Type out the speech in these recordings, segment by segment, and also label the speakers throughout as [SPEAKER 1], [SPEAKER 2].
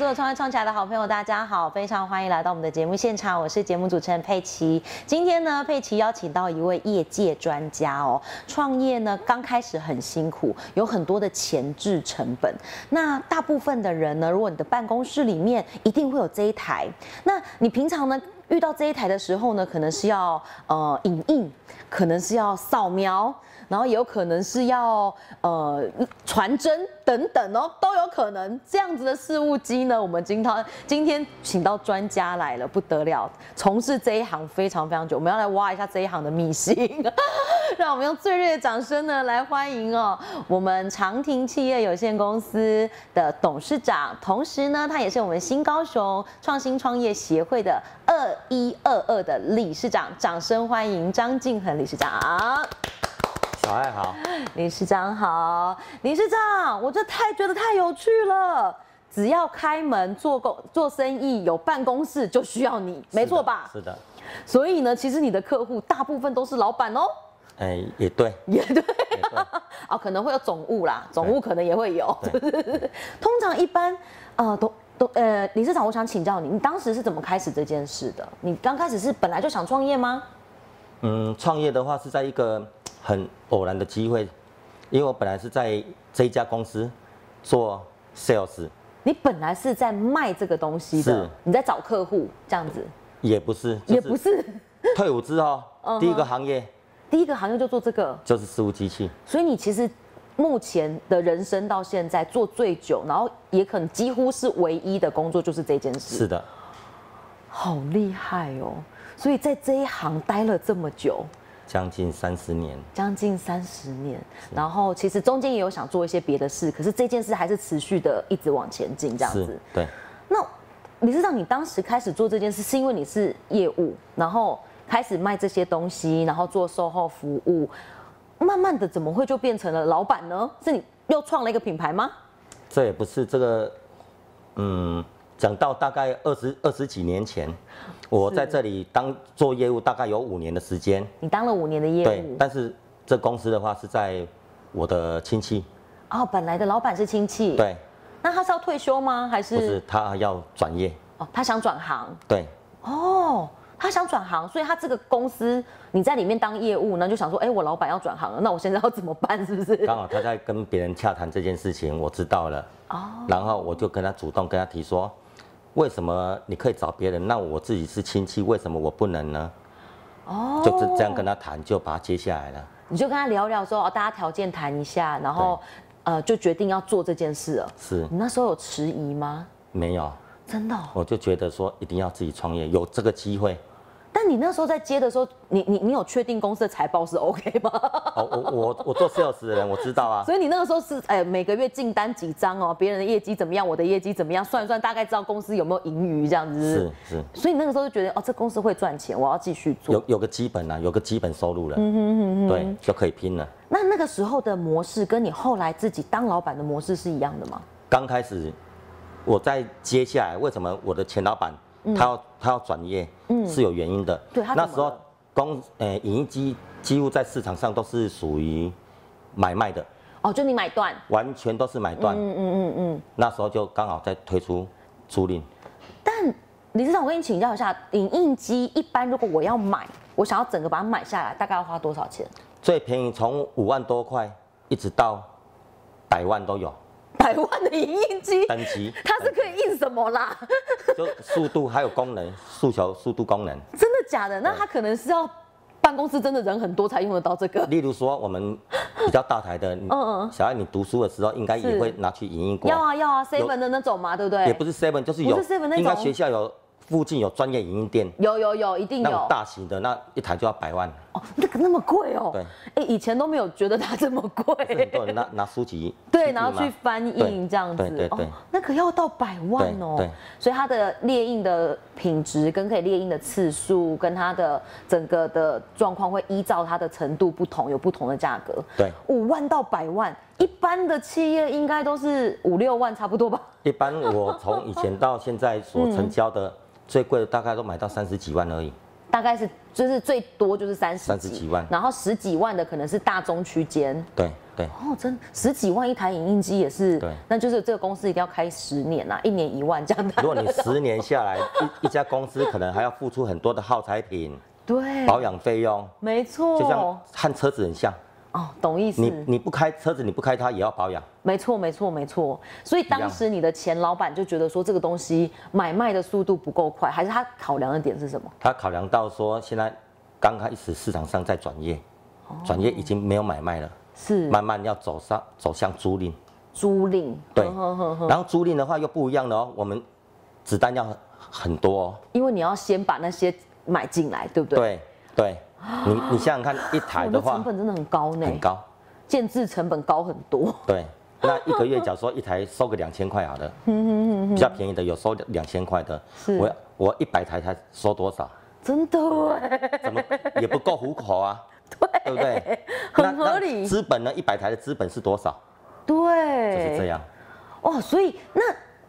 [SPEAKER 1] 有创业创起来的好朋友，大家好，非常欢迎来到我们的节目现场，我是节目主持人佩奇。今天呢，佩奇邀请到一位业界专家哦，创业呢刚开始很辛苦，有很多的前置成本。那大部分的人呢，如果你的办公室里面一定会有这一台，那你平常呢？遇到这一台的时候呢，可能是要呃影印，可能是要扫描，然后也有可能是要呃传真等等哦，都有可能。这样子的事务机呢，我们今天今天请到专家来了，不得了，从事这一行非常非常久，我们要来挖一下这一行的秘辛。让我们用最热烈的掌声呢来欢迎哦，我们长庭企业有限公司的董事长，同时呢，他也是我们新高雄创新创业协会的二一二二的理事长，掌声欢迎张敬恒理事长。
[SPEAKER 2] 小爱好，
[SPEAKER 1] 理事长好，理事长，我这太觉得太有趣了。只要开门做工做生意有办公室就需要你，没错吧？
[SPEAKER 2] 是的，
[SPEAKER 1] 所以呢，其实你的客户大部分都是老板哦。
[SPEAKER 2] 哎、也对，
[SPEAKER 1] 也对
[SPEAKER 2] 也对，
[SPEAKER 1] 啊，可能会有总务啦，总务可能也会有。
[SPEAKER 2] 对
[SPEAKER 1] 通常一般，呃，都都呃，理事长，我想请教你，你当时是怎么开始这件事的？你刚开始是本来就想创业吗？
[SPEAKER 2] 嗯，创业的话是在一个很偶然的机会，因为我本来是在这一家公司做 sales，
[SPEAKER 1] 你本来是在卖这个东西的
[SPEAKER 2] 是，
[SPEAKER 1] 你在找客户这样子，
[SPEAKER 2] 也不是，
[SPEAKER 1] 也不。是嗯
[SPEAKER 2] 退伍之后，第一个行业
[SPEAKER 1] 第一个行业就做这个，
[SPEAKER 2] 就是事务机器，
[SPEAKER 1] 所以你其实目前的人生到现在做最久，然后也可能几乎是唯一的工作就是这件事。
[SPEAKER 2] 是的，
[SPEAKER 1] 好厉害哦！所以在这一行待了这么久，
[SPEAKER 2] 将近三十年，
[SPEAKER 1] 将近三十年，然后其实中间也有想做一些别的事，可是这件事还是持续的一直往前进这样子
[SPEAKER 2] 是。，对，
[SPEAKER 1] 那你知道你当时开始做这件事，是因为你是业务，然后开始卖这些东西，然后做售后服务，慢慢的怎么会就变成了老板呢？是你又创了一个品牌吗？
[SPEAKER 2] 这也不是这个，嗯，讲到大概二十二十几年前，我在这里当做业务大概有五年的时间，
[SPEAKER 1] 你当了五年的业
[SPEAKER 2] 对
[SPEAKER 1] 务，，
[SPEAKER 2] 但是这公司的话是在我的亲戚，
[SPEAKER 1] 哦，本来的老板是亲戚，，
[SPEAKER 2] 对，
[SPEAKER 1] 那他是要退休吗？还是
[SPEAKER 2] 不是他要转业，
[SPEAKER 1] 哦，他想转行，
[SPEAKER 2] 对，
[SPEAKER 1] 哦，他想转行，所以他这个公司你在里面当业务呢，就想说，哎、我老板要转行了，那我现在要怎么办？是不是？
[SPEAKER 2] 刚好他在跟别人洽谈这件事情，我知道了，
[SPEAKER 1] 哦，
[SPEAKER 2] 然后我就跟他主动跟他提说，为什么你可以找别人，那我自己是亲戚，为什么我不能呢？
[SPEAKER 1] 哦，
[SPEAKER 2] 就这这样跟他谈，就把他接下来了。
[SPEAKER 1] 你就跟他聊聊说，哦，大家条件谈一下，然后呃，就决定要做这件事了。
[SPEAKER 2] 是
[SPEAKER 1] 你那时候有迟疑吗？
[SPEAKER 2] 没有，
[SPEAKER 1] 真的、哦？
[SPEAKER 2] 我就觉得说一定要自己创业，有这个机会。
[SPEAKER 1] 但你那时候在接的时候，你你你有确定公司的财报是 OK 吗？
[SPEAKER 2] 哦，我我我做 sales 的人，我知道啊。
[SPEAKER 1] 所以你那个时候是哎、每个月进单几张哦，别人的业绩怎么样，我的业绩怎么样，算一算，大概知道公司有没有盈余这样子是不
[SPEAKER 2] 是
[SPEAKER 1] 是。
[SPEAKER 2] 是，
[SPEAKER 1] 所以你那个时候就觉得，哦，这公司会赚钱，我要继续做。嗯
[SPEAKER 2] 有有个基本啊，有个基本收入了，对，就可以拼了。
[SPEAKER 1] 那那个时候的模式跟你后来自己当老板的模式是一样的吗？
[SPEAKER 2] 刚开始我在接下来，为什么我的前老板、他要他要转业，是有原因的。
[SPEAKER 1] 嗯对他怎么
[SPEAKER 2] 那
[SPEAKER 1] 了
[SPEAKER 2] 时候公呃影音机几乎在市场上都是属于买卖的，
[SPEAKER 1] 哦，就你买断，
[SPEAKER 2] 完全都是买断。嗯嗯嗯嗯。那时候就刚好在推出租赁，
[SPEAKER 1] 但理事长，我跟你请教一下，影印机一般如果我要买，我想要整个把它买下来，大概要花多少钱？
[SPEAKER 2] 最便宜从五万多块一直到百万都有，
[SPEAKER 1] 百万的影印机，
[SPEAKER 2] 单 机呃
[SPEAKER 1] 它是可以印什么啦？
[SPEAKER 2] 就速度还有功能诉求速度功能。
[SPEAKER 1] 真的假的？那它可能是要办公室真的人很多才用得到这个，
[SPEAKER 2] 例如说我们比较大台的，
[SPEAKER 1] 嗯
[SPEAKER 2] 小爱你读书的时候应该
[SPEAKER 1] 是
[SPEAKER 2] 也会拿去影印过。
[SPEAKER 1] 要啊要啊，seven 的那种嘛，对不对？
[SPEAKER 2] 也不是 seven，就是有
[SPEAKER 1] 不是 7-Eleven 那种
[SPEAKER 2] 应该学校有附近有专业影音店，
[SPEAKER 1] 有有有，一定
[SPEAKER 2] 那种
[SPEAKER 1] 有
[SPEAKER 2] 大型的那一台就要百万，
[SPEAKER 1] 哦，那个那么贵哦，
[SPEAKER 2] 对
[SPEAKER 1] 哎，以前都没有觉得它这么贵
[SPEAKER 2] 很，多人拿拿书籍，
[SPEAKER 1] 对，
[SPEAKER 2] 书籍
[SPEAKER 1] 然后去
[SPEAKER 2] 嘛
[SPEAKER 1] 翻印
[SPEAKER 2] 对
[SPEAKER 1] 这样子，
[SPEAKER 2] 对对对
[SPEAKER 1] 哦，那可要到百万哦。
[SPEAKER 2] 对对
[SPEAKER 1] 所以它的列印的品质跟可以列印的次数，跟它的整个的状况会依照它的程度不同，有不同的价格。
[SPEAKER 2] 对
[SPEAKER 1] 五万到百万，一般的企业应该都是五六万差不多吧？
[SPEAKER 2] 一般我从以前到现在所
[SPEAKER 1] 嗯
[SPEAKER 2] 成交的最贵的大概都买到三十几万而已，
[SPEAKER 1] 大概是就是最多就是三十
[SPEAKER 2] 30几万
[SPEAKER 1] 然后十几万的可能是大中区间。
[SPEAKER 2] 对对，
[SPEAKER 1] 哦，真十几万一台影印机也是，
[SPEAKER 2] 对
[SPEAKER 1] 那就是这个公司一定要开十年啊，一年一万这样
[SPEAKER 2] 如
[SPEAKER 1] 的，
[SPEAKER 2] 果你十年下来，一一家公司可能还要付出很多的耗 材品、
[SPEAKER 1] 对，
[SPEAKER 2] 保养费用，
[SPEAKER 1] 没错，
[SPEAKER 2] 就像和车子很像，
[SPEAKER 1] 哦，懂意思
[SPEAKER 2] 你，你不开车子，你不开它也要保养。
[SPEAKER 1] 没错，没错，没错。所以当时你的前老板就觉得说这个东西买卖的速度不够快，还是他考量的点是什么？
[SPEAKER 2] 他考量到说，现在刚开始市场上在转业，
[SPEAKER 1] 哦
[SPEAKER 2] 转业已经没有买卖了，
[SPEAKER 1] 是
[SPEAKER 2] 慢慢要走上走向租赁。
[SPEAKER 1] 租赁，嗯
[SPEAKER 2] 对
[SPEAKER 1] 呵呵呵呵
[SPEAKER 2] 然后租赁的话又不一样了哦，我们子弹要很多哦。
[SPEAKER 1] 因为你要先把那些买进来，对不对？
[SPEAKER 2] 对对，你你想想看，一台
[SPEAKER 1] 我
[SPEAKER 2] 的
[SPEAKER 1] 的
[SPEAKER 2] 话
[SPEAKER 1] 成本真欸的很高呢，
[SPEAKER 2] 很高，
[SPEAKER 1] 建制成本高很多。
[SPEAKER 2] 对，那一个月假如说一台收个两千块好 了，比较便宜的有收两千块的，
[SPEAKER 1] 是
[SPEAKER 2] 我我一百台才收多少？
[SPEAKER 1] 真的哎，
[SPEAKER 2] 怎么也不够糊 口啊？对不对？
[SPEAKER 1] 很
[SPEAKER 2] 那那
[SPEAKER 1] 合理
[SPEAKER 2] 资本呢？一百台的资本是多少？就
[SPEAKER 1] 对，
[SPEAKER 2] 是这样。
[SPEAKER 1] 哦。所以那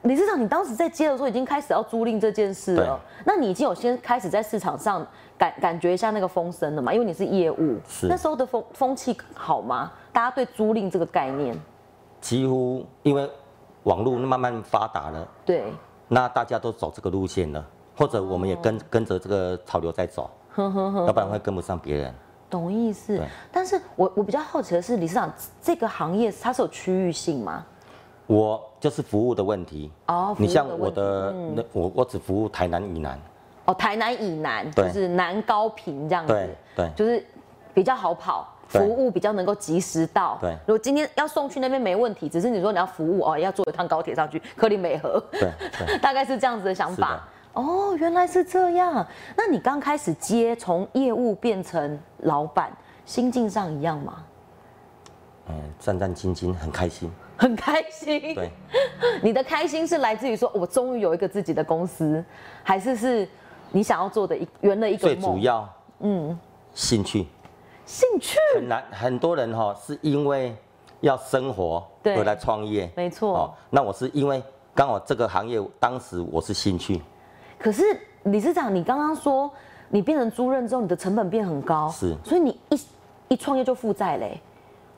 [SPEAKER 1] 理事长，你当时在接的时候已经开始要租赁这件事了，那你已经有先开始在市场上感感觉一下那个风声了嘛？因为你是业务，
[SPEAKER 2] 是
[SPEAKER 1] 那时候的风风气好吗？大家对租赁这个概念，
[SPEAKER 2] 几乎因为网络慢慢发达了，
[SPEAKER 1] 对，
[SPEAKER 2] 那大家都走这个路线了，或者我们也跟、跟着这个潮流在走，
[SPEAKER 1] 哦呵呵呵，
[SPEAKER 2] 要不然会跟不上别人。
[SPEAKER 1] 懂意思
[SPEAKER 2] 对。
[SPEAKER 1] 但是我我比较好奇的是，理事长这个行业它是有区域性吗？
[SPEAKER 2] 我就是服务的问题。
[SPEAKER 1] 哦
[SPEAKER 2] 你
[SPEAKER 1] 服务
[SPEAKER 2] 像
[SPEAKER 1] 的
[SPEAKER 2] 我
[SPEAKER 1] 问题嗯
[SPEAKER 2] 的，那我我只服务台南以南，
[SPEAKER 1] 哦，台南以南就
[SPEAKER 2] 对
[SPEAKER 1] 是南高平这样子
[SPEAKER 2] 对，对
[SPEAKER 1] 嗯就是比较好跑。服
[SPEAKER 2] 对
[SPEAKER 1] 务比较能够及时到。
[SPEAKER 2] 对
[SPEAKER 1] 如果今天要送去那边没问题，只是你说你要服务哦，要坐一趟高铁上去，柯林美和，
[SPEAKER 2] 对 对
[SPEAKER 1] 大概是这样子的想
[SPEAKER 2] 是
[SPEAKER 1] 法
[SPEAKER 2] 的。
[SPEAKER 1] 哦，原来是这样。那你刚开始接从业务变成老板，心境上一样吗？
[SPEAKER 2] 嗯、战战兢兢，很开心。
[SPEAKER 1] 很开心。
[SPEAKER 2] 对，
[SPEAKER 1] 你的开心是来自于说我终于有一个自己的公司，还是是你想要做的一圆了一个
[SPEAKER 2] 最
[SPEAKER 1] 梦？
[SPEAKER 2] 主要，嗯，兴趣。
[SPEAKER 1] 兴趣。
[SPEAKER 2] 很难，很多人哈、是因为要生活
[SPEAKER 1] 对
[SPEAKER 2] 而来创业，哦
[SPEAKER 1] 没错
[SPEAKER 2] 那我是因为刚好这个行业，当时我是兴趣，
[SPEAKER 1] 可是理事长，你刚刚说你变成租任之后，你的成本变很高，
[SPEAKER 2] 是
[SPEAKER 1] 所以你一一创业就负债嘞，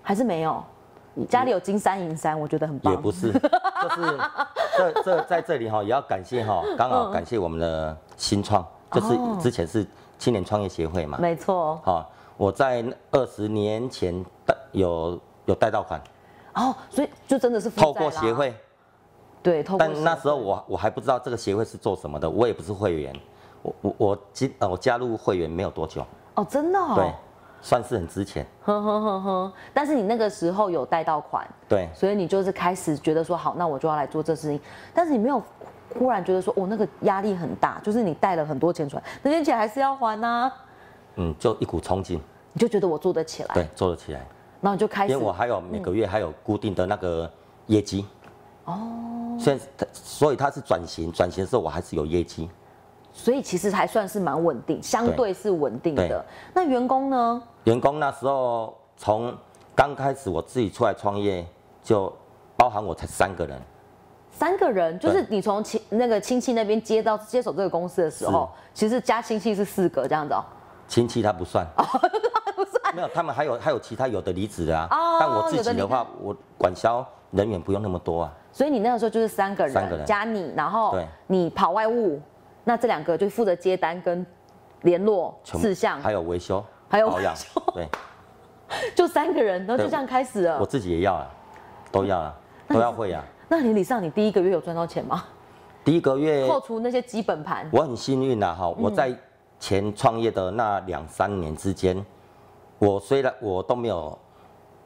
[SPEAKER 1] 还是没有？家里有金山银山，我觉得很棒。
[SPEAKER 2] 也 不是，就是这这在这里哈、也要感谢哈、刚好感谢我们的新创，就是
[SPEAKER 1] 嗯哦
[SPEAKER 2] 之前是青年创业协会嘛，
[SPEAKER 1] 没错。
[SPEAKER 2] 好、我在二十年前贷有有贷到款，
[SPEAKER 1] 哦，所以就真的是负债
[SPEAKER 2] 透
[SPEAKER 1] 啦
[SPEAKER 2] 过协，会，
[SPEAKER 1] 对，透过协
[SPEAKER 2] 但
[SPEAKER 1] 会。
[SPEAKER 2] 那时候我我还不知道这个协会是做什么的，我也不是会员，我我我进呃我加入会员没有多久。
[SPEAKER 1] 哦，真的哦。
[SPEAKER 2] 对，算是很值钱。
[SPEAKER 1] 呵呵呵呵。但是你那个时候有贷到款，
[SPEAKER 2] 对，
[SPEAKER 1] 所以你就是开始觉得说好，那我就要来做这事情，但是你没有忽然觉得说，哦，那个压力很大，就是你带了很多钱出来，那些钱还是要还呐、
[SPEAKER 2] 嗯，就一股冲劲，
[SPEAKER 1] 你就觉得我做得起来，
[SPEAKER 2] 对，做得起来。
[SPEAKER 1] 然后你就开
[SPEAKER 2] 因为
[SPEAKER 1] 始，
[SPEAKER 2] 我还有每个月还有固定的那个业绩。哦。所以它，所以它是转型，转型的时候我还是有业绩。
[SPEAKER 1] 所以其实还算是蛮稳定，相对是稳定
[SPEAKER 2] 对
[SPEAKER 1] 的。那员工呢？
[SPEAKER 2] 员工那时候从刚开始我自己出来创业，就包含我才三个人，
[SPEAKER 1] 三个人，就是你从亲那个亲戚那边接到接手这个公司的时候，其实加亲戚是四个这样子哦、
[SPEAKER 2] 亲戚他不算。 没有，他们还有还有其他有的离职的啊，
[SPEAKER 1] 哦
[SPEAKER 2] 但我自
[SPEAKER 1] 有的
[SPEAKER 2] 己
[SPEAKER 1] 离
[SPEAKER 2] 的
[SPEAKER 1] 职
[SPEAKER 2] 话，我管销人员不用那么多啊。
[SPEAKER 1] 所以你那个时候就是三个人，
[SPEAKER 2] 三个人
[SPEAKER 1] 加你，然后
[SPEAKER 2] 对
[SPEAKER 1] 你跑外务，那这两个就负责接单跟联络
[SPEAKER 2] 全部
[SPEAKER 1] 事项，
[SPEAKER 2] 还有维修，
[SPEAKER 1] 还有
[SPEAKER 2] 保养
[SPEAKER 1] 维修，
[SPEAKER 2] 对，
[SPEAKER 1] 就三个人，然后
[SPEAKER 2] 对
[SPEAKER 1] 就这样开始
[SPEAKER 2] 我
[SPEAKER 1] 了。
[SPEAKER 2] 自己也要啊，都要啊，都要会啊。
[SPEAKER 1] 嗯那你理上，你第一个月有赚到钱吗？
[SPEAKER 2] 第一个月
[SPEAKER 1] 扣除那些基本盘，
[SPEAKER 2] 我很幸运啦，啊哈，
[SPEAKER 1] 嗯
[SPEAKER 2] 我在前创业的那两三年之间，我虽然我都没有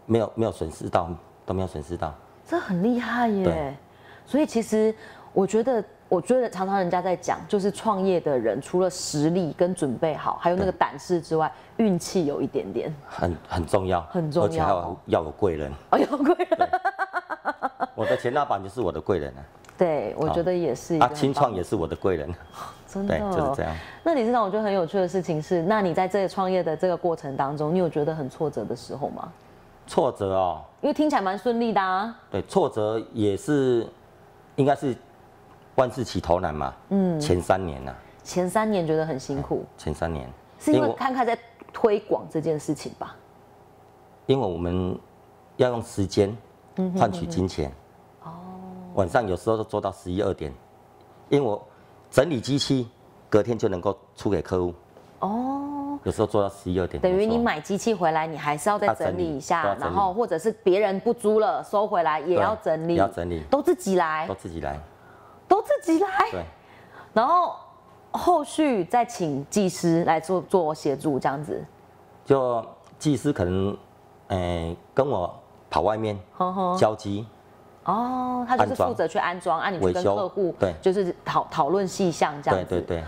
[SPEAKER 2] 没有没有损失到，都没有损失到，
[SPEAKER 1] 这很厉害耶
[SPEAKER 2] 对。
[SPEAKER 1] 所以其实我觉得，我觉得常常人家在讲，就是创业的人除了实力跟准备好，还有那个胆识之外，运气有一点点。
[SPEAKER 2] 很很重要，
[SPEAKER 1] 很重要
[SPEAKER 2] 而且还
[SPEAKER 1] 哦
[SPEAKER 2] 有要有 贵人。
[SPEAKER 1] 哎呦，贵人，
[SPEAKER 2] 我的前老板就是我的贵人啊，
[SPEAKER 1] 对我觉得也是一个
[SPEAKER 2] 啊，
[SPEAKER 1] 很
[SPEAKER 2] 清
[SPEAKER 1] 棒
[SPEAKER 2] 创也是我的贵人，
[SPEAKER 1] 真的
[SPEAKER 2] 对，就是这样。
[SPEAKER 1] 那理事长，我觉得很有趣的事情是，那你在这个创业的这个过程当中，你有觉得很挫折的时候吗？
[SPEAKER 2] 挫折哦，
[SPEAKER 1] 因为听起来蛮顺利的啊，
[SPEAKER 2] 对，挫折也是应该是万事起头难嘛，嗯，前三年呐、
[SPEAKER 1] 前三年觉得很辛苦，
[SPEAKER 2] 前三年，
[SPEAKER 1] 是因
[SPEAKER 2] 因为
[SPEAKER 1] 为
[SPEAKER 2] 我
[SPEAKER 1] 看看在推广这件事情吧。
[SPEAKER 2] 因为我们要用时间
[SPEAKER 1] 嗯
[SPEAKER 2] 换取金钱。哦，晚上有时候都做到十一二点，因为我整理机器，隔天就能够出给客户。
[SPEAKER 1] 哦，
[SPEAKER 2] 有时候做到十一二点。
[SPEAKER 1] 等于
[SPEAKER 2] 有时
[SPEAKER 1] 你
[SPEAKER 2] 候
[SPEAKER 1] 买机器回来，你还是要再
[SPEAKER 2] 要
[SPEAKER 1] 整
[SPEAKER 2] 整理
[SPEAKER 1] 理一下，
[SPEAKER 2] 都要整理
[SPEAKER 1] 然后或者是别人不租了收回来也
[SPEAKER 2] 对
[SPEAKER 1] 要整理，
[SPEAKER 2] 也要整理
[SPEAKER 1] 都自己来
[SPEAKER 2] 都，自己来，
[SPEAKER 1] 都自己来，
[SPEAKER 2] 对。
[SPEAKER 1] 然后后续再请技师来做做协助，这样子。
[SPEAKER 2] 就技师可能，呃，跟我跑外面
[SPEAKER 1] 呵呵
[SPEAKER 2] 交机，
[SPEAKER 1] 哦，他就是
[SPEAKER 2] 安装
[SPEAKER 1] 负责去安装，啊，你去
[SPEAKER 2] 维
[SPEAKER 1] 跟
[SPEAKER 2] 修
[SPEAKER 1] 客户
[SPEAKER 2] 对
[SPEAKER 1] 就是讨讨论细项这样
[SPEAKER 2] 对
[SPEAKER 1] 子。
[SPEAKER 2] 对对，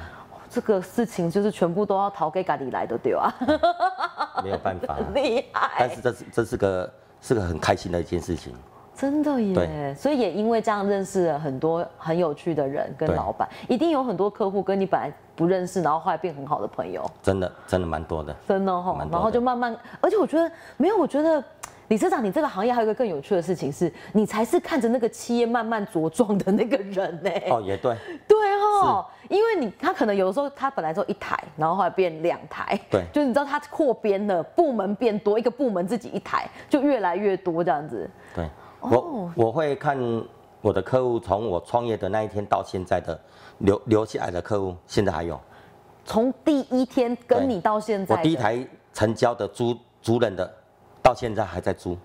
[SPEAKER 1] 这个事情就是全部都要逃给咖喱来的，对吧？
[SPEAKER 2] 没有办法啊、
[SPEAKER 1] 厉
[SPEAKER 2] 但
[SPEAKER 1] 害，
[SPEAKER 2] 是这是这是个是个很开心的一件事情，
[SPEAKER 1] 真的耶！
[SPEAKER 2] 对
[SPEAKER 1] 所以也因为这样认识了很多很有趣的人跟
[SPEAKER 2] 对
[SPEAKER 1] 老板，一定有很多客户跟你本来不认识，然后后来变很好的朋友，
[SPEAKER 2] 真的真的蛮多的。
[SPEAKER 1] 真的哈、
[SPEAKER 2] 蛮多的
[SPEAKER 1] 然后就慢慢，而且我觉得没有，我觉得。理事长，你这个行业还有一个更有趣的事情是，你才是看着那个企业慢慢茁壮的那个人呢、
[SPEAKER 2] 哦，也对
[SPEAKER 1] 对哦，因为你他可能有的时候他本来只有一台，然后后来变两台，
[SPEAKER 2] 对
[SPEAKER 1] 就是你知道他扩编了，部门变多，一个部门自己一台，就越来越多这样子。
[SPEAKER 2] 对，
[SPEAKER 1] 哦
[SPEAKER 2] 我我会看我的客户从我创业的那一天到现在的留留下来的客户，现在还有。
[SPEAKER 1] 从第一天跟
[SPEAKER 2] 对
[SPEAKER 1] 你到现在
[SPEAKER 2] 我
[SPEAKER 1] 的，
[SPEAKER 2] 第一台成交的租租人的，到现在还在租。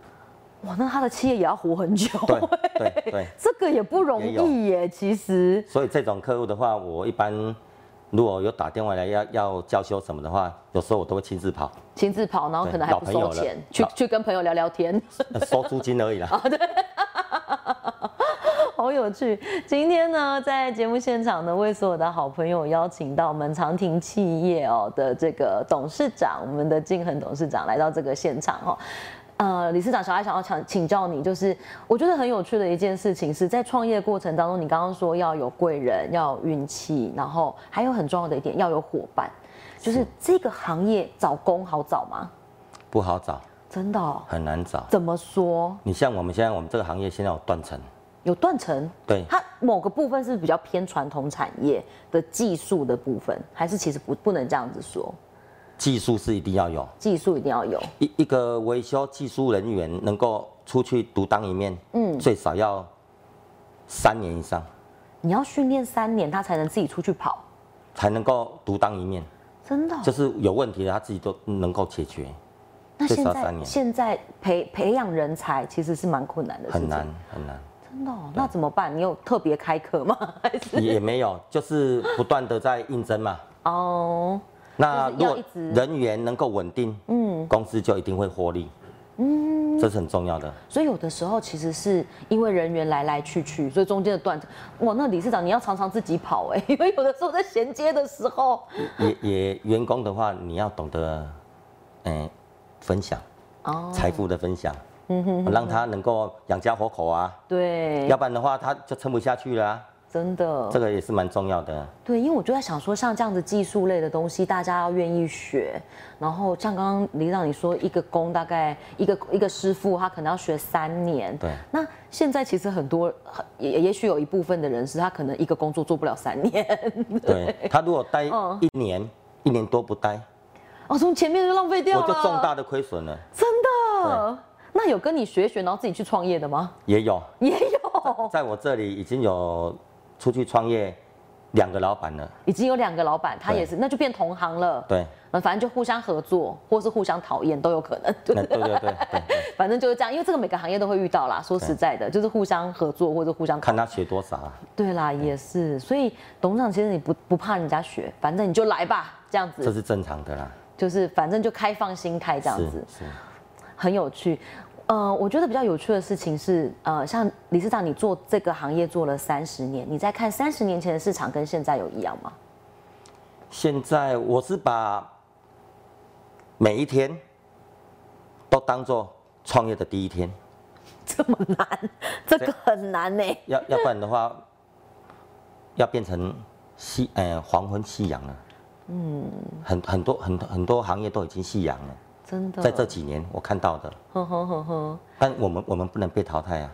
[SPEAKER 1] 哇，那他的企业也要活很久，
[SPEAKER 2] 对对对，
[SPEAKER 1] 这个也不容
[SPEAKER 2] 也有
[SPEAKER 1] 易耶，其实
[SPEAKER 2] 所以这种客户的话，我一般如果有打电话来要要叫修什么的话，有时候我都会亲自 跑，
[SPEAKER 1] 亲自跑，然后
[SPEAKER 2] 对
[SPEAKER 1] 可能还
[SPEAKER 2] 老
[SPEAKER 1] 不
[SPEAKER 2] 朋友
[SPEAKER 1] 收
[SPEAKER 2] 了
[SPEAKER 1] 钱，去
[SPEAKER 2] 老
[SPEAKER 1] 去跟朋友聊聊天。
[SPEAKER 2] 呃收租金而已啦。
[SPEAKER 1] 哦好有趣！今天呢，在节目现场呢，为所有的好朋友邀请到我们长庭企业哦的这个董事长，我们的敬恒董事长来到这个现场哦。呃，理事长，小艾想要请请教你，就是我觉得很有趣的一件事情是在创业过程当中，你刚刚说要有贵人，要有运气，然后还有很重要的一点要有伙伴，就是这个行业找工好找吗？
[SPEAKER 2] 不好找，
[SPEAKER 1] 真的、哦？
[SPEAKER 2] 很难找。
[SPEAKER 1] 怎么说？
[SPEAKER 2] 你像我们现在我们这个行业现在有断层，
[SPEAKER 1] 有断层？
[SPEAKER 2] 对
[SPEAKER 1] 它某个部分是比较偏传统产业的技术的部分，还是其实不不能这样子说，
[SPEAKER 2] 技术是一定要有，
[SPEAKER 1] 技术一定要有，
[SPEAKER 2] 一一个维修技术人员能够出去独当一面，嗯，最少要三年以上
[SPEAKER 1] 你要训练三年，他才能自己出去跑，
[SPEAKER 2] 才能够独当一面，
[SPEAKER 1] 真的哦、
[SPEAKER 2] 就是有问题的他自己都能够解决，
[SPEAKER 1] 那
[SPEAKER 2] 最
[SPEAKER 1] 现
[SPEAKER 2] 少三
[SPEAKER 1] 在
[SPEAKER 2] 年
[SPEAKER 1] 现在培培养人才其实是蛮困难的事情，
[SPEAKER 2] 很难，很难。
[SPEAKER 1] 真的、哦。那怎么办？你有特别开课吗？还是
[SPEAKER 2] 也没有，就是不断的在应征嘛。
[SPEAKER 1] 哦，
[SPEAKER 2] 那
[SPEAKER 1] 就
[SPEAKER 2] 如
[SPEAKER 1] 是要
[SPEAKER 2] 果
[SPEAKER 1] 一直
[SPEAKER 2] 人员能够稳定，嗯，公司就一定会获利，嗯，这是很重要的。
[SPEAKER 1] 所以有的时候其实是因为人员来来去去，所以中间的断层，哇，那理事长你要常常自己跑哎、因为有的时候在衔接的时候，
[SPEAKER 2] 也也员工的话，你要懂得，嗯、分享
[SPEAKER 1] 哦，
[SPEAKER 2] 财富的分享，嗯哼，让他能够养家活口啊，
[SPEAKER 1] 对，
[SPEAKER 2] 要不然的话他就撑不下去了、啊。
[SPEAKER 1] 真的，
[SPEAKER 2] 这个也是蛮重要的。啊
[SPEAKER 1] 对，因为我就在想说，像这样的技术类的东西，大家要愿意学。然后像刚刚李让你说，一个工大概一个一个师傅，他可能要学三年。
[SPEAKER 2] 对
[SPEAKER 1] 那现在其实很多，很也也许有一部分的人是他可能一个工作做不了三年，
[SPEAKER 2] 对他如果待
[SPEAKER 1] 嗯
[SPEAKER 2] 一年，一年多不待，
[SPEAKER 1] 哦，从前面就浪费掉
[SPEAKER 2] 我
[SPEAKER 1] 了，
[SPEAKER 2] 就重大的亏损了。
[SPEAKER 1] 真的。那有跟你学一学，然后自己去创业的吗？
[SPEAKER 2] 也有，
[SPEAKER 1] 也有，
[SPEAKER 2] 在我这里已经有出去创业两个老板了，
[SPEAKER 1] 已经有两个老板，他也是，那就变同行了。
[SPEAKER 2] 对，
[SPEAKER 1] 呃，反正就互相合作，或是互相讨厌都有可能。对
[SPEAKER 2] 那对对对对对，
[SPEAKER 1] 反正就是这样，因为这个每个行业都会遇到啦。说实在的，就是互相合作或者互相
[SPEAKER 2] 看他学多少、啊，
[SPEAKER 1] 对啦，也是。所以董事长其实你不不怕人家学，反正你就来吧，这样
[SPEAKER 2] 这
[SPEAKER 1] 子
[SPEAKER 2] 是正常的啦。
[SPEAKER 1] 就是反正就开放心态这样
[SPEAKER 2] 是
[SPEAKER 1] 子，
[SPEAKER 2] 是，
[SPEAKER 1] 很有趣。呃，我觉得比较有趣的事情是，呃，像理事长你做这个行业做了三十年，你在看三十年前的市场跟现在有一样吗？
[SPEAKER 2] 现在我是把每一天都当做创业的第一天，
[SPEAKER 1] 这么难，这个很难欸呢、
[SPEAKER 2] 要要不然的话，要变成夕呃黄昏夕阳了。嗯，很很多很多很多行业都已经夕阳了，
[SPEAKER 1] 真的。
[SPEAKER 2] 在这几年我看到的，
[SPEAKER 1] 呵呵呵呵，
[SPEAKER 2] 但我们我们不能被淘汰啊。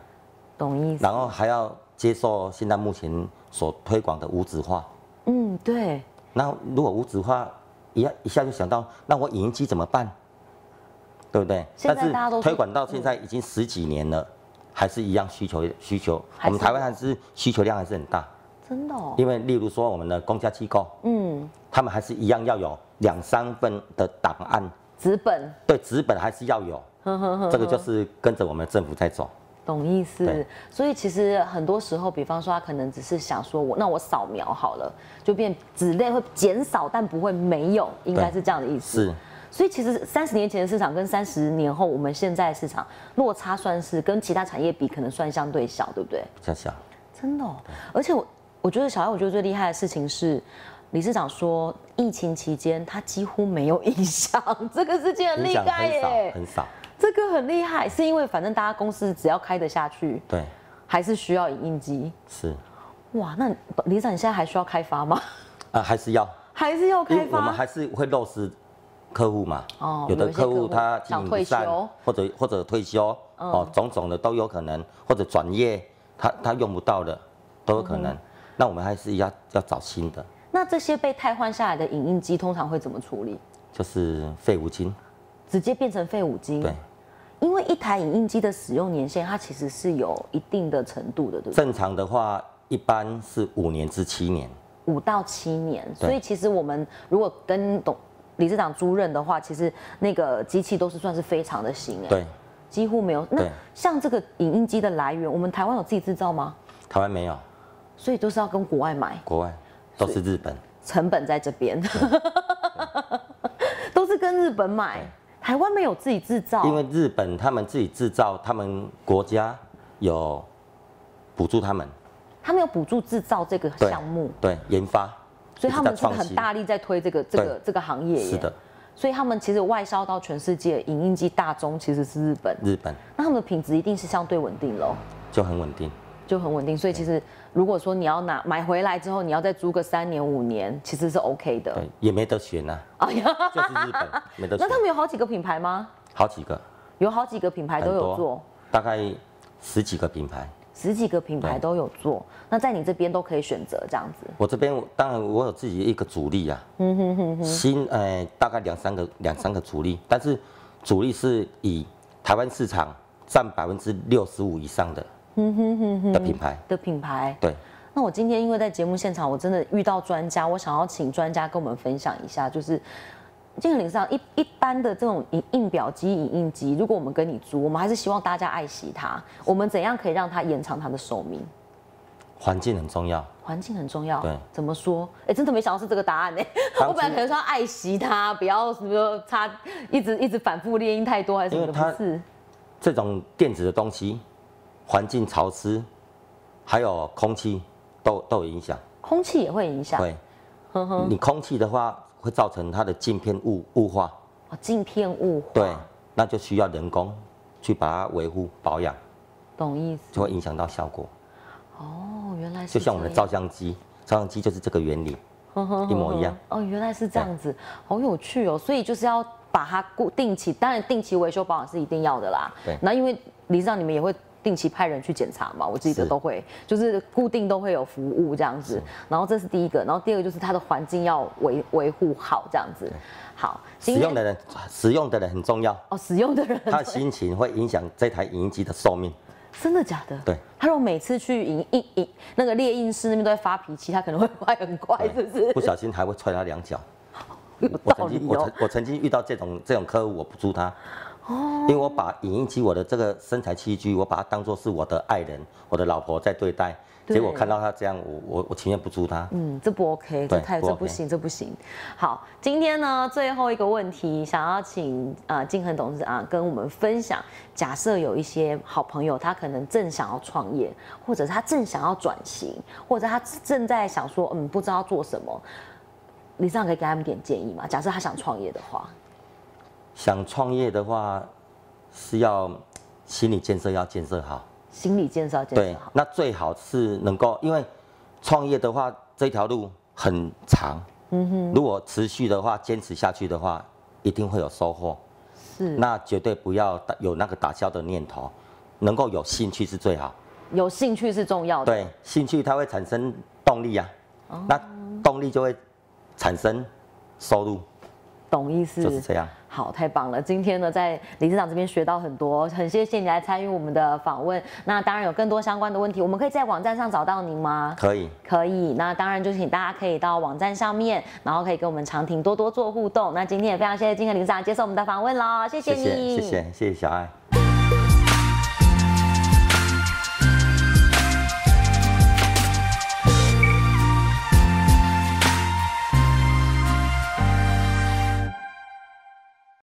[SPEAKER 1] 懂意思。
[SPEAKER 2] 然后还要接受现在目前所推广的无纸化。
[SPEAKER 1] 嗯，对。
[SPEAKER 2] 那如果无纸化，一下一下就想到，那我影音机怎么办？对不对？
[SPEAKER 1] 现在
[SPEAKER 2] 但是
[SPEAKER 1] 大家都是嗯
[SPEAKER 2] 推广到现在已经十几年了，还是一样需求需求，
[SPEAKER 1] 还
[SPEAKER 2] 我
[SPEAKER 1] 是
[SPEAKER 2] 们台湾还是需求量还是很大，
[SPEAKER 1] 真的哦，
[SPEAKER 2] 因为例如说我们的公家机构，
[SPEAKER 1] 嗯，
[SPEAKER 2] 他们还是一样要有两三份的档案，
[SPEAKER 1] 纸本，
[SPEAKER 2] 对纸本还是要有，
[SPEAKER 1] 呵呵呵，
[SPEAKER 2] 这个就是跟着我们政府在走。
[SPEAKER 1] 懂意思
[SPEAKER 2] 对。
[SPEAKER 1] 所以其实很多时候，比方说他可能只是想说我，那我扫描好了，就变纸类会减少，但不会没有，应该
[SPEAKER 2] 对
[SPEAKER 1] 是这样的意思。
[SPEAKER 2] 是，
[SPEAKER 1] 所以其实三十年前的市场跟三十年后我们现在的市场落差算是跟其他产业比，可能算相对小，对不对？
[SPEAKER 2] 比较小。
[SPEAKER 1] 真的、哦，而且我我觉得小艾，我觉得最厉害的事情是，理事长说疫情期间他几乎没有影响， 这个事情很
[SPEAKER 2] 影
[SPEAKER 1] 厉
[SPEAKER 2] 响
[SPEAKER 1] 害
[SPEAKER 2] 很少
[SPEAKER 1] 耶，
[SPEAKER 2] 很少，
[SPEAKER 1] 这个很厉害，是因为反正大家公司只要开得下去，
[SPEAKER 2] 对，
[SPEAKER 1] 还是需要影印机。
[SPEAKER 2] 是，
[SPEAKER 1] 哇，那理事长你现在还需要开发吗？
[SPEAKER 2] 啊，还是要，
[SPEAKER 1] 还是要
[SPEAKER 2] 因
[SPEAKER 1] 开
[SPEAKER 2] 为我们
[SPEAKER 1] 发？
[SPEAKER 2] 还是会漏失客户嘛。
[SPEAKER 1] 哦
[SPEAKER 2] 有
[SPEAKER 1] 有
[SPEAKER 2] 的
[SPEAKER 1] 一些
[SPEAKER 2] 客
[SPEAKER 1] 客户
[SPEAKER 2] 户他经
[SPEAKER 1] 想
[SPEAKER 2] 营
[SPEAKER 1] 退
[SPEAKER 2] 不善
[SPEAKER 1] 休，嗯
[SPEAKER 2] 或者或者退休，哦，种种的都有可能，或者转业，他他用不到的都有可
[SPEAKER 1] 嗯
[SPEAKER 2] 能。那我们还是要要找新的，
[SPEAKER 1] 那这些被汰换下来的影印机通常会怎么处理？
[SPEAKER 2] 就是废五金，
[SPEAKER 1] 直接变成废五金？
[SPEAKER 2] 对，，
[SPEAKER 1] 因为一台影印机的使用年限，它其实是有一定的程度的，对不对？
[SPEAKER 2] 正常的话一般是五年至七年，
[SPEAKER 1] 五到七年，
[SPEAKER 2] 对
[SPEAKER 1] 所以其实我们如果跟董理事长租任的话，其实那个机器都是算是非常的新哎，
[SPEAKER 2] 对，
[SPEAKER 1] 几乎没有。那
[SPEAKER 2] 对
[SPEAKER 1] 像这个影印机的来源，我们台湾有自己制造吗？
[SPEAKER 2] 台湾没有，
[SPEAKER 1] 所以都是要跟国外买，
[SPEAKER 2] 国外都是日本，
[SPEAKER 1] 成本在这边， 都是跟日本买，台湾没有自己制造，
[SPEAKER 2] 因为日本他们自己制造，他们国家有补助他们，
[SPEAKER 1] 他们有补助制造这个
[SPEAKER 2] 对
[SPEAKER 1] 项目，
[SPEAKER 2] 对，研发，
[SPEAKER 1] 所以他们
[SPEAKER 2] 一
[SPEAKER 1] 是
[SPEAKER 2] 直在创
[SPEAKER 1] 很
[SPEAKER 2] 新
[SPEAKER 1] 大力在推这个这个
[SPEAKER 2] 对
[SPEAKER 1] 这个行业耶。
[SPEAKER 2] 是的，
[SPEAKER 1] 所以他们其实外销到全世界，影印机大宗其实是日本。
[SPEAKER 2] 日本
[SPEAKER 1] 那他们的品质一定是相对稳定喽，
[SPEAKER 2] 就很稳定，
[SPEAKER 1] 就很稳定。所以其实如果说你要拿买回来之后，你要再租个三年五年，其实是 OK 的
[SPEAKER 2] 对。，也没得选啊，
[SPEAKER 1] 哎呀，
[SPEAKER 2] 就是日本没 得
[SPEAKER 1] 那
[SPEAKER 2] 选
[SPEAKER 1] 他，们有好几个品牌吗？
[SPEAKER 2] 好几个，
[SPEAKER 1] 有好几个品牌都
[SPEAKER 2] 很
[SPEAKER 1] 有
[SPEAKER 2] 多
[SPEAKER 1] 做，
[SPEAKER 2] 大概十几个品牌。
[SPEAKER 1] 十几个品牌都有做。那在你这边都可以选择这样子。
[SPEAKER 2] 我这边我当然我有自己一个主力啊，嗯哼哼新呃大概两三个两三个主力，但是主力是以台湾市场占百分之六十五以上的，嗯哼哼的品牌，
[SPEAKER 1] 的品牌，
[SPEAKER 2] 对，
[SPEAKER 1] 那我今天因为在节目现场，我真的遇到专家，我想要请专家跟我们分享一下，就是金领上一一般的这种印印表机、影印机，如果我们跟你租，我们还是希望大家爱惜它。我们怎样可以让它延长它的寿命？
[SPEAKER 2] 环境很重要。
[SPEAKER 1] 环境很重要，
[SPEAKER 2] 对
[SPEAKER 1] 怎么说？哎、真的没想到是这个答案呢、
[SPEAKER 2] 环境
[SPEAKER 1] 我本来可能说要爱惜它，不要什么差，一直一直反复猎鹰太多还是什么的，
[SPEAKER 2] 因为它
[SPEAKER 1] 不是
[SPEAKER 2] 这种电子的东西，环境潮湿，还有空气都都有影响。
[SPEAKER 1] 空气也会影响。
[SPEAKER 2] 对，你空气的话会造成它的镜片雾雾化，
[SPEAKER 1] 哦，镜片雾化，
[SPEAKER 2] 对，那就需要人工去把它维护保养，
[SPEAKER 1] 懂意思？
[SPEAKER 2] 就会影响到效果。
[SPEAKER 1] 哦，原来是
[SPEAKER 2] 就像我们的
[SPEAKER 1] 这样
[SPEAKER 2] 照相机，照相机就是这个原理，一模一样。
[SPEAKER 1] 哦，原来是这样子，好有趣哦。所以就是要把它固定期，当然定期维修保养是一定要的啦。
[SPEAKER 2] 对
[SPEAKER 1] 那因为理事长你们也会定期派人去检查嘛，我记得
[SPEAKER 2] 是
[SPEAKER 1] 都会，就是固定都会有服务这样子。然后这是第一个，然后第二个就是它的环境要维维护好这样子。好，
[SPEAKER 2] 使
[SPEAKER 1] 今天
[SPEAKER 2] 用的人，使用的人很重要，
[SPEAKER 1] 哦，使用的人
[SPEAKER 2] 他的心情会影响这台影音机的寿命。
[SPEAKER 1] 真的假的？
[SPEAKER 2] 对，
[SPEAKER 1] 他如果每次去影印影那个猎印室那边都在发脾气，他可能会坏很快，是不是
[SPEAKER 2] 不？小心还会踹他两脚。
[SPEAKER 1] 有
[SPEAKER 2] 我
[SPEAKER 1] 道
[SPEAKER 2] 曾
[SPEAKER 1] 理
[SPEAKER 2] 经我
[SPEAKER 1] 哦
[SPEAKER 2] 曾。我曾经遇到这种这种客户，我不租他，因为我把影音机我的这个身材器具，我把它当做是我的爱人、我的老婆在对待。
[SPEAKER 1] 对
[SPEAKER 2] 结果看到他这样，我我我情愿不租他。
[SPEAKER 1] 嗯，这不 OK，这
[SPEAKER 2] 对
[SPEAKER 1] 太
[SPEAKER 2] 不
[SPEAKER 1] 这
[SPEAKER 2] OK
[SPEAKER 1] 不行，这不行。好，今天呢最后一个问题，想要请呃金恒董事长跟我们分享，假设有一些好朋友，他可能正想要创业，或者他正想要转型，或者他正在想说嗯不知道做什么，你这样可以给他们点建议吗？假设他想创业的话，
[SPEAKER 2] 想创业的话，是要心理建设要建设好。
[SPEAKER 1] 心理建设要建
[SPEAKER 2] 对
[SPEAKER 1] 设好，，
[SPEAKER 2] 那最好是能够，因为创业的话，这条路很长，嗯哼，如果持续的话，坚持下去的话，一定会有收获。
[SPEAKER 1] 是
[SPEAKER 2] 那绝对不要打有那个打消的念头，能够有兴趣是最好。
[SPEAKER 1] 有兴趣是重要的，
[SPEAKER 2] 对，兴趣它会产生动力啊，那动力就会产生收入，
[SPEAKER 1] 懂意思？
[SPEAKER 2] 就是这样。
[SPEAKER 1] 好，太棒了！今天呢，在理事长这边学到很多，很谢谢你来参与我们的访问。那当然有更多相关的问题，我们可以在网站上找到您吗？
[SPEAKER 2] 可以，
[SPEAKER 1] 可以，那当然就请大家可以到网站上面，然后可以跟我们长婷多多做互动。那今天也非常谢谢金和理事长接受我们的访问喽，谢
[SPEAKER 2] 谢
[SPEAKER 1] 你，
[SPEAKER 2] 谢谢谢谢谢小爱。